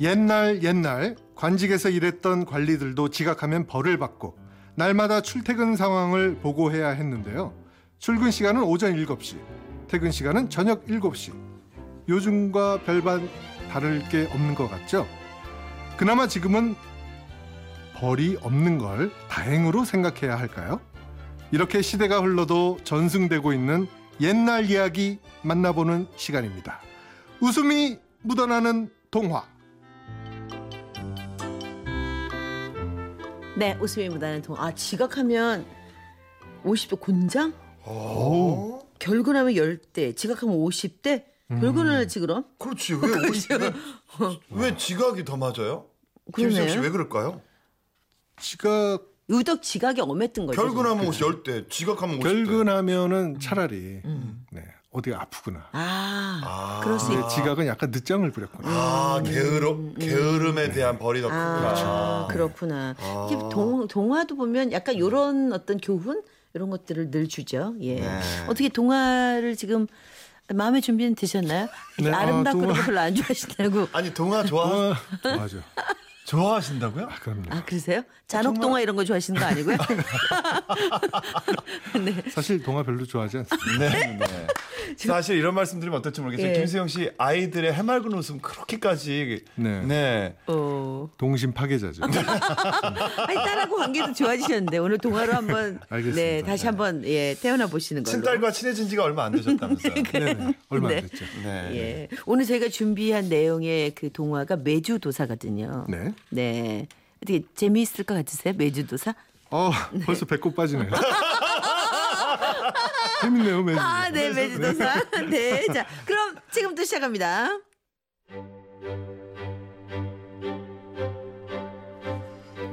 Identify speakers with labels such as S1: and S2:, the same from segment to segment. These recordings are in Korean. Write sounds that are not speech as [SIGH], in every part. S1: 옛날 옛날 관직에서 일했던 관리들도 지각하면 벌을 받고 날마다 출퇴근 상황을 보고해야 했는데요. 출근 시간은 오전 7시, 퇴근 시간은 저녁 7시. 요즘과 별반 다를 게 없는 것 같죠? 그나마 지금은 벌이 없는 걸 다행으로 생각해야 할까요? 이렇게 시대가 흘러도 전승되고 있는 옛날 이야기 만나보는 시간입니다. 웃음이 묻어나는 동화.
S2: 네, 웃음이 묻어나는 동화. 아, 지각하면 50대 곤장?
S3: 어?
S1: 오.
S2: 결근하면 10대, 지각하면 50대?
S1: 음.
S2: 결근하지 그럼?
S3: 그렇지
S2: [LAUGHS]
S3: 왜 오십 왜 지각이 더 맞아요? 김수영 씨왜
S2: 그러네요.
S3: 그럴까요?
S1: 지각
S2: 유독 지각이 엄했던 거죠.
S3: 결근하면 오십 열대 지각하면 오십
S1: 결근하면은 차라리 네, 어디가 아프구나.
S2: 아,
S3: 아.
S2: 그럴 수
S1: 근데
S2: 있...
S1: 지각은 약간 늦장을 부렸구나.
S3: 아 게으름 게으름에 대한 벌이 더
S2: 음. 아,
S3: 크구나.
S2: 그렇구나. 이게 동, 동화도 보면 약간 요런 어떤 교훈? 이런 것들을 늘 주죠. 예.
S3: 네.
S2: 어떻게 동화를 지금 마음의 준비는 되셨나요?
S1: 네, 아,
S2: 아름답고
S1: 동화.
S2: 아, 별로 안 좋아하신다고.
S3: 아니 동화 좋아
S1: 아, 맞아.
S3: 좋아하신다고요?
S1: 그럼요.
S2: 아, 그러세요? 잔혹동화 이런 거 좋아하시는 거
S1: [LAUGHS]
S2: 아니고요? [LAUGHS] 네.
S1: 사실 동화 별로 좋아하지 않습니다.
S4: 네. 네. 사실 이런 말씀드리면 어떨지 모르겠어요.
S2: 예.
S4: 김수영 씨 아이들의 해맑은 웃음 그렇게까지
S1: 네.
S4: 네.
S2: 어.
S1: 동심 파괴자죠.
S2: 아니 딸하고 관계도 좋아지셨는데 오늘 동화로 한번
S1: [LAUGHS] 알겠습니다.
S2: 네 다시 한번 예 태어나 보시는 걸로.
S4: 친딸과 친해진 지가 얼마 안
S2: [LAUGHS]
S4: 되셨다면서요.
S1: 네, 네. 얼마
S2: 네.
S1: 안 됐죠.
S4: 네.
S2: 예 오늘 저희가 준비한 내용의 그 동화가 매주도사거든요.
S1: 네.
S2: 네. 어떻게 재미있을 것 같으세요? 매주도사?
S1: 어, 벌써 배꼽 빠지네요. 재밌네요, 매주.
S2: 아, 네, 매주도사. 네.
S1: [LAUGHS]
S2: 자, 그럼 지금부터 시작합니다.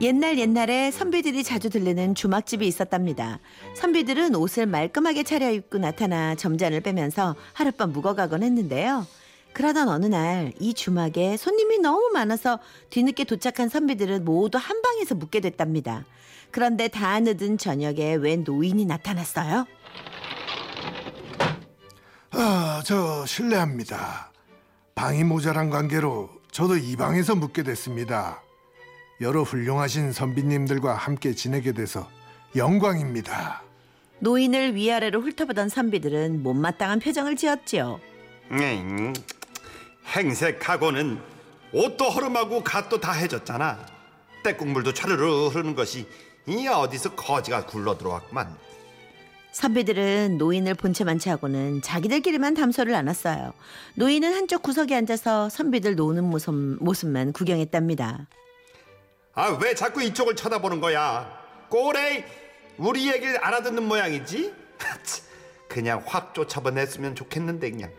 S2: 옛날 옛날에 선비들이 자주 들르는 주막집이 있었답니다. 선비들은 옷을 말끔하게 차려입고 나타나 점잔을 빼면서 하룻밤 묵어가곤 했는데요. 그러던 어느 날 이 주막에 손님이 너무 많아서 뒤늦게 도착한 선비들은 모두 한 방에서 묵게 됐답니다. 그런데 다 늦은 저녁에 웬 노인이 나타났어요.
S1: 아, 저 실례합니다. 방이 모자란 관계로 저도 이 방에서 묵게 됐습니다. 여러 훌륭하신 선비님들과 함께 지내게 돼서 영광입니다.
S2: 노인을 위아래로 훑어보던 선비들은 못마땅한 표정을 지었지요.
S5: 응. 네, 음. 행색하고는 옷도 허름하고 갓도 다 해졌잖아. 때국물도 차르르 흐르는 것이 이 어디서 거지가 굴러 들어왔구만.
S2: 선비들은 노인을 본체만 채하고는 자기들끼리만 담소를 나눴어요. 노인은 한쪽 구석에 앉아서 선비들 노는 모습, 모습만 구경했답니다.
S5: 아 왜 자꾸 이쪽을 쳐다보는 거야? 꼬레 우리 얘기를 알아듣는 모양이지? [LAUGHS] 그냥 확 쫓아보냈으면 좋겠는데 그냥.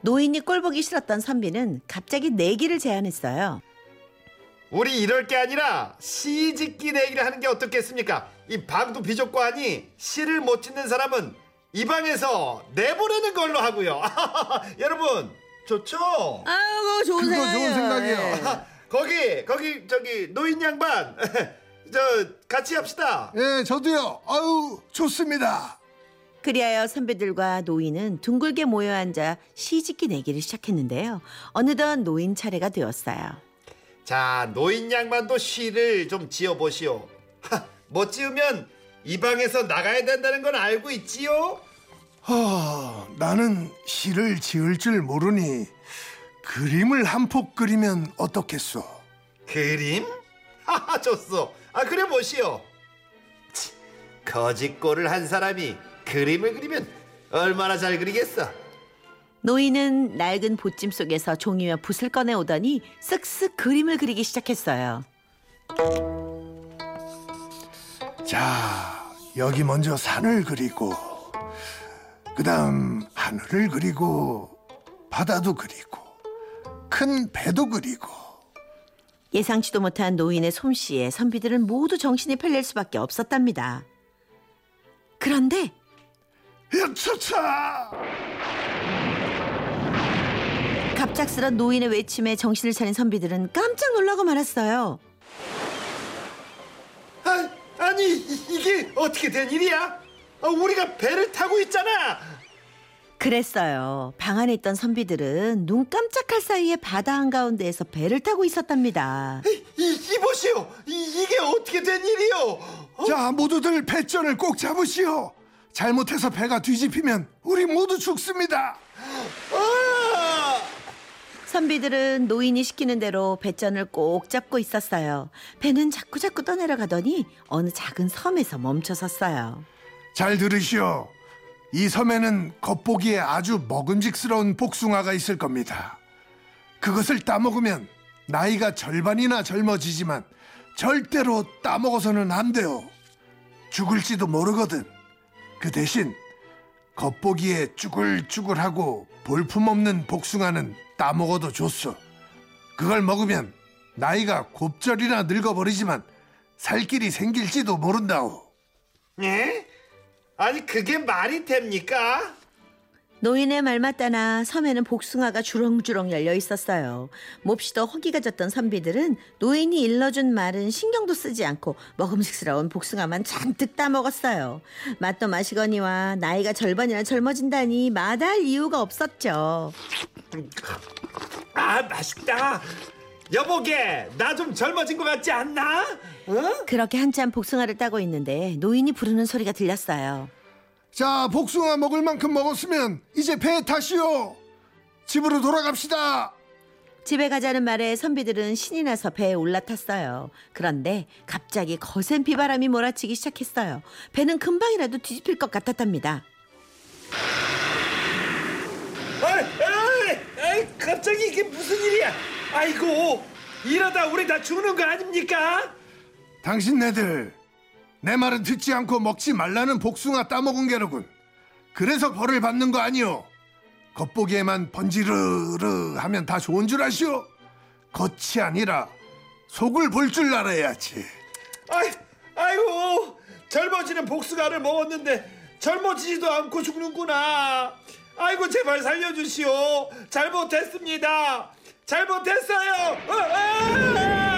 S2: 노인이 꼴보기 싫었던 선비는 갑자기 내기를 제안했어요.
S5: 우리 이럴 게 아니라 시짓기 내기를 하는 게 어떻겠습니까? 이 방도 비좁고 하니 시를 못 짓는 사람은 이 방에서 내보내는 걸로 하고요. [LAUGHS] 여러분 좋죠?
S2: 아이고 좋은
S1: 그거 좋은 생각이에요.
S5: 아, 거기 거기 저기 노인 양반 [LAUGHS] 저 같이 합시다.
S1: 예, 저도요. 아유, 좋습니다.
S2: [LAUGHS] 그리하여 선배들과 노인은 둥글게 모여 앉아 시집기 내기를 시작했는데요. 어느덧 노인 차례가 되었어요.
S5: 자 노인 양반도 시를 좀 지어 보시오. [LAUGHS] 못 지으면 이 방에서 나가야 된다는 건 알고 있지요?
S1: 아, 나는 시를 지을 줄 모르니 그림을 한 폭 그리면 어떻겠소?
S5: 그림? [LAUGHS] 하하 좋소. 아 그래 보시오. 치, 거짓골을 한 사람이 그림을 그리면 얼마나 잘 그리겠어.
S2: 노인은 낡은 보찜 속에서 종이와 붓을 꺼내 오더니 쓱쓱 그림을 그리기 시작했어요.
S1: 자, 여기 먼저 산을 그리고 그다음 하늘을 그리고 바다도 그리고 큰 배도 그리고
S2: 예상치도 못한 노인의 솜씨에 선비들은 모두 정신이 팔릴 수밖에 없었답니다. 그런데
S1: 야차차!
S2: 갑작스런 노인의 외침에 정신을 차린 선비들은 깜짝 놀라고 말았어요.
S5: 아, 아니 이- 이게 어떻게 된 일이야? 아, 우리가 배를 타고 있잖아.
S2: 그랬어요. 방 안에 있던 선비들은 눈 깜짝할 사이에 바다 한가운데에서 배를 타고 있었답니다.
S5: 이, 이, 이보시오 이, 이게 어떻게 된 일이오
S1: 자, 모두들 배전을 꼭 잡으시오. 잘못해서 배가 뒤집히면 우리 모두 죽습니다.
S5: 아!
S2: 선비들은 노인이 시키는 대로 배전을 꼭 잡고 있었어요. 배는 자꾸자꾸 떠내려가더니 어느 작은 섬에서 멈춰 섰어요.
S1: 잘 들으시오. 이 섬에는 겉보기에 아주 먹음직스러운 복숭아가 있을 겁니다. 그것을 따먹으면 나이가 절반이나 젊어지지만 절대로 따먹어서는 안 돼요. 죽을지도 모르거든. 그 대신 겉보기에 쭈글쭈글하고 볼품없는 복숭아는 따먹어도 좋소. 그걸 먹으면 나이가 곱절이나 늙어버리지만 살 길이 생길지도 모른다오.
S5: 예? 아니 그게 말이 됩니까?
S2: 노인의 말마따나 섬에는 복숭아가 주렁주렁 열려 있었어요. 몹시도 허기가 졌던 선비들은 노인이 일러준 말은 신경도 쓰지 않고 먹음직스러운 복숭아만 잔뜩 따먹었어요. 맛도 마시거니와 나이가 절반이나 젊어진다니 마다할 이유가 없었죠.
S5: 아 맛있다 여보게 나 좀 젊어진 것 같지 않나? 응?
S2: 그렇게 한참 복숭아를 따고 있는데 노인이 부르는 소리가 들렸어요.
S1: 자, 복숭아 먹을 만큼 먹었으면 이제 배 타시오. 집으로 돌아갑시다.
S2: 집에 가자는 말에 선비들은 신이 나서 배에 올라탔어요. 그런데 갑자기 거센 비바람이 몰아치기 시작했어요. 배는 금방이라도 뒤집힐 것 같았답니다.
S5: 아이, 아이, 아이, 갑자기 이게 무슨 일이야 아이고 이러다 우리 다 죽는 거 아닙니까?
S1: 당신네들 내 말은 듣지 않고 먹지 말라는 복숭아 따먹은 게로군. 그래서 벌을 받는 거 아니오. 겉보기에만 번지르르 하면 다 좋은 줄 아시오. 겉이 아니라 속을 볼 줄 알아야지.
S5: 아이, 아이고 젊어지는 복숭아를 먹었는데 젊어지지도 않고 죽는구나 아이고 제발 살려주시오 잘못했습니다 잘못했어요 어, 아!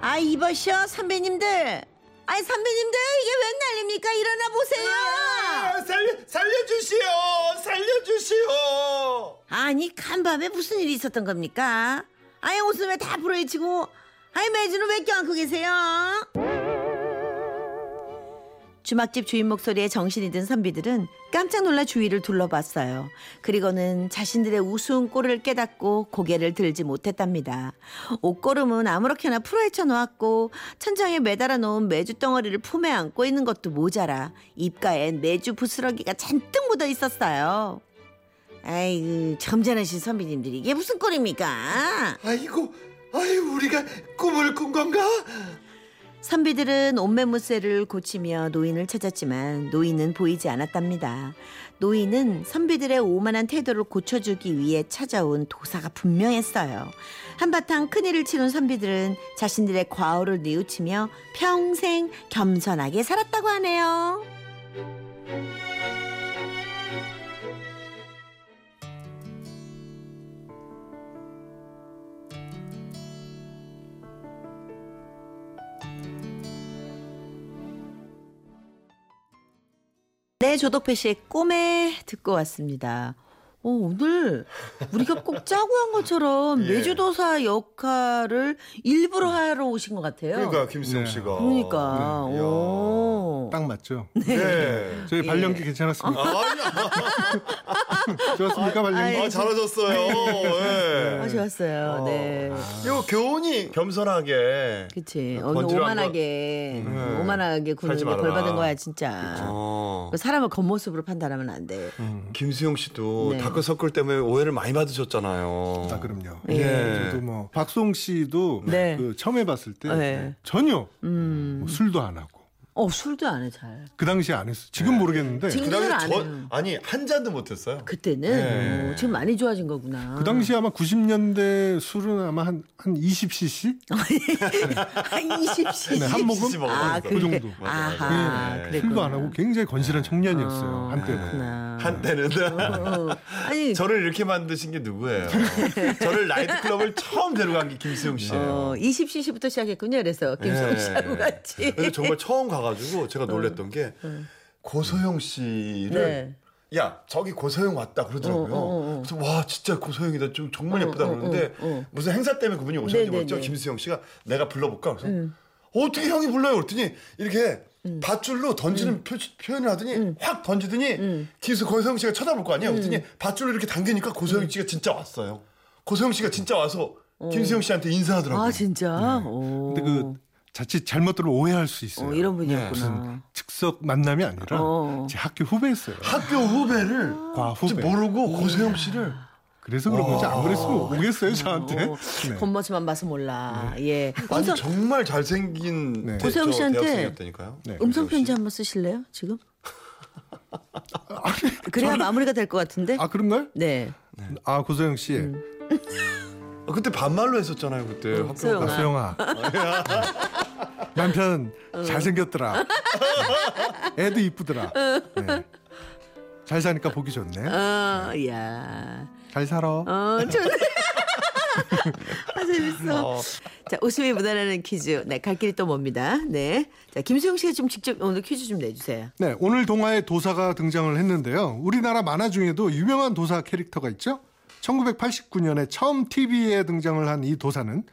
S2: 아 이보시오 선배님들. 아이 선배님들 이게 웬 난리입니까? 일어나 보세요.
S5: 아, 살려, 살려주시오 살려주시오
S2: 아니 간밤에 무슨 일이 있었던 겁니까? 아예 옷은 왜 다 불어헤치고 아예 매주는 왜 껴안고 계세요? 주막집 주인 목소리에 정신이 든 선비들은 깜짝 놀라 주위를 둘러봤어요. 그리고는 자신들의 우스운 꼴을 깨닫고 고개를 들지 못했답니다. 옷걸음은 아무렇게나 풀어헤쳐 놓았고 천장에 매달아 놓은 매주 덩어리를 품에 안고 있는 것도 모자라 입가엔 매주 부스러기가 잔뜩 묻어 있었어요. 아이고 점잖으신 선비님들이 이게 무슨 꼴입니까?
S5: 아이고, 아이 우리가 꿈을 꾼 건가?
S2: 선비들은 옷매무새를 고치며 노인을 찾았지만 노인은 보이지 않았답니다. 노인은 선비들의 오만한 태도를 고쳐주기 위해 찾아온 도사가 분명했어요. 한바탕 큰일을 치른 선비들은 자신들의 과오를 뉘우치며 평생 겸손하게 살았다고 하네요. 네, 조덕배 씨의 꿈에 듣고 왔습니다. 어, 오, 오늘 우리가 꼭 짜고 한
S4: [LAUGHS]
S2: 것처럼
S4: 예. 음.
S2: 매주도사 역할을 일부러 하러 오신 것 같아요.
S4: 그러니까 김수영
S1: 네.
S4: 씨가.
S2: 그러니까.
S4: 네.
S2: 오.
S1: 딱 맞죠?
S4: 네.
S2: 예.
S1: 저희 발령기 괜찮았습니까?
S2: 아,
S1: [LAUGHS] 좋았습니까
S2: 네.
S1: 발령기?
S4: 아 잘하셨어요. 예.
S2: 아, 좋았어요. 네.
S4: 요 교훈이 겸손하게.
S2: 그치.
S4: 어,
S2: 오늘
S4: 번지를
S2: 오만하게,
S4: 네.
S2: 오만하게 구는
S4: 살지
S2: 게 벌받은
S4: 말아라.
S2: 거야, 진짜. 그
S4: 어.
S2: 사람을 겉모습으로 판단하면 안 돼.
S4: 음. 김수영 씨도
S2: 네.
S4: 다크 서클 때문에 오해를 많이 받으셨잖아요.
S1: 아 그럼요.
S2: 예.
S1: 저도 뭐 박송 씨도
S2: 네.
S1: 그 처음 해봤을 때
S2: 네.
S1: 전혀
S2: 음.
S1: 뭐 술도 안 하고
S2: 어, 술도 안 해, 잘.
S1: 그 당시에 안 했어. 지금 모르겠는데
S2: 네. 지금
S4: 그
S2: 술안
S4: 당시
S2: 해요.
S4: 저 아니 한 잔도 못했어요.
S2: 그때는
S4: 네.
S2: 어, 지금 많이 좋아진 거구나.
S1: 그 당시 아마 90년대 술은 아마 한 한 20cc
S2: 한 20시.
S1: 네, 한 모금
S4: 먹었어요.
S2: 아,
S1: 그
S2: 그래.
S1: 정도.
S4: 맞아, 맞아.
S2: 아하,
S4: 네.
S2: 그랬구나.
S1: 술도 안 하고 굉장히 건실한 청년이었어요
S2: 어,
S1: 한때는.
S2: 그렇구나.
S4: 한때는
S2: 어,
S4: [LAUGHS]
S2: 아니,
S4: 저를 이렇게 만드신 게
S2: [LAUGHS]
S4: 누구예요? 저를 나이트클럽을 처음 데려간 게 김수영 씨예요.
S2: 어, 20cc부터
S1: 네.
S2: 시작했군요. 그래서 김성우 씨하고
S4: 예.
S2: 같이.
S4: 그래서 정말 처음 가가지고 제가 놀랬던 게
S3: 고소영 씨를
S2: 어. 네.
S3: 야 저기 고소영 왔다 그러더라고요.
S2: 어, 어, 어.
S3: 그래서 와 진짜 고소영이다. 좀 정말
S2: 어,
S3: 예쁘다
S2: 어,
S3: 그러는데
S2: 어, 어.
S3: 무슨 행사 때문에 그분이 오셨는지
S2: 네, 네, 음.
S3: 모르죠.
S2: 네.
S3: 김수영 씨가 내가 불러볼까? 그래서 어떻게 형이 불러요? 그랬더니 이렇게
S2: 음.
S3: 밧줄로 던지는 표, 현을 하더니 확 던지더니
S2: 음.
S3: 뒤에서 고소영 씨가 쳐다볼 거 아니에요. 그랬더니 밧줄로 이렇게 당기니까 고소영
S2: 음.
S3: 씨가 진짜 왔어요. 고소영 씨가 진짜 와서 김수영 씨한테 인사하더라고요.
S2: 어. 아 진짜. 오.
S1: 네. 근데 그 네. 자칫 잘못 들으면 오해할 수 있어요.
S2: 어, 이런
S1: 무슨
S2: 분이었구나.
S1: 즉석 만남이 아니라
S2: 어.
S1: 제 학교 후배였어요.
S3: 학교 후배를
S2: 아.
S1: 아, 과후배.
S3: 모르고 고소영 씨를
S1: 그래서 그런
S4: 아.
S1: 거지 안 그랬으면 오겠어요 저한테. 네.
S2: 어, 겉모습만 봐서 몰라. 예.
S3: 아니
S2: 음성
S3: 정말 잘생긴
S1: 네.
S3: 대-
S2: 고소영
S3: 저
S2: 씨한테
S3: 대학생이었다니까요.
S1: 네.
S2: 음성 편지 한번 쓰실래요? 지금? 그래야 마무리가 될 것 같은데.
S1: 아 그런가요?
S2: 네. 음,
S1: 아 고소영 씨,
S3: 아, 그때 반말로 했었잖아요 그때 학교
S1: 아,
S2: 소영아. 어.
S1: 소영아. 남편
S2: [LAUGHS]
S1: 잘생겼더라. 애도 이쁘더라. 네. 잘 사니까 보기 좋네.
S2: 어, 야.
S1: 잘 살아.
S2: 어, 좋네. 아, 재밌어. 자, 웃음이 묻어나는 퀴즈. 네, 갈 길이 또 멉니다. 네. 자, 김수영 씨가 좀 직접 오늘 퀴즈 좀 내주세요.
S1: 네, 오늘 동화에 도사가 등장을 했는데요. 우리나라 만화 중에도 유명한 도사 캐릭터가 있죠. 1989년에 처음 TV에 등장을 한 이 도사는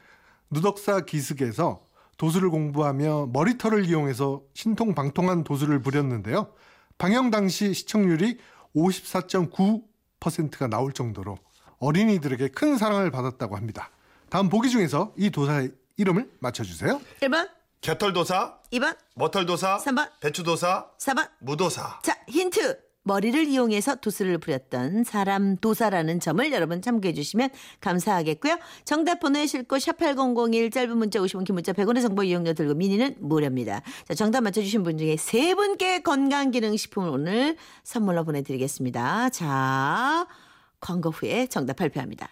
S1: 누덕사 기슭에서 도수를 공부하며 머리털을 이용해서 신통방통한 도수를 부렸는데요. 방영 당시 시청률이 54.9%가 나올 정도로 어린이들에게 큰 사랑을 받았다고 합니다. 다음 보기 중에서 이 도사의 이름을 맞춰주세요.
S2: 1번,
S5: 개털도사,
S2: 2번,
S5: 머털도사,
S2: 3번,
S5: 배추도사,
S2: 4번.
S5: 무도사.
S2: 자, 힌트. 머리를 이용해서 도수를 부렸던 사람 도사라는 점을 여러분 참고해 주시면 감사하겠고요. 정답 보내실 곳 샵8001 짧은 문자 50원 긴 문자 100원의 정보 이용료 들고 미니는 무료입니다. 자, 정답 맞춰 주신 분 중에 세 분께 건강 기능 식품을 오늘 선물로 보내 드리겠습니다. 자, 광고 후에 정답 발표합니다.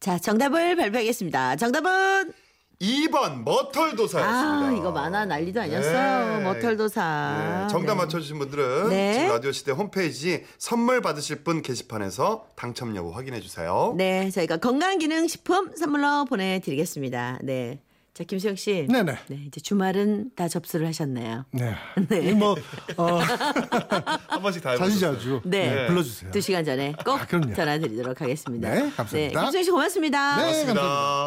S2: 자, 정답을 발표하겠습니다. 정답은
S5: 2번 머털도사였습니다.
S2: 아, 이거 만화 난리도 아니었어요.
S5: 네.
S2: 머털도사.
S5: 네, 정답
S2: 네.
S5: 맞춰주신 분들은
S2: 네.
S5: 지금 라디오 시대 홈페이지 선물 받으실 분 게시판에서 당첨 여부 확인해 주세요.
S2: 네, 저희가 건강기능식품 선물로 보내드리겠습니다. 네. 자, 김수영 씨.
S1: 네네.
S2: 네, 이제 주말은 다 접수를 하셨네요.
S1: 네. 이 뭐, 어,
S4: 한 번씩 다
S1: 자주자주
S2: 네.
S1: 네, 불러주세요.
S2: 두 시간 전에 꼭
S1: 아, 그럼요.
S2: 전화드리도록 하겠습니다.
S1: 네, 감사합니다.
S2: 김수영 씨 고맙습니다.
S1: 네, 감사합니다.
S5: 고맙습니다.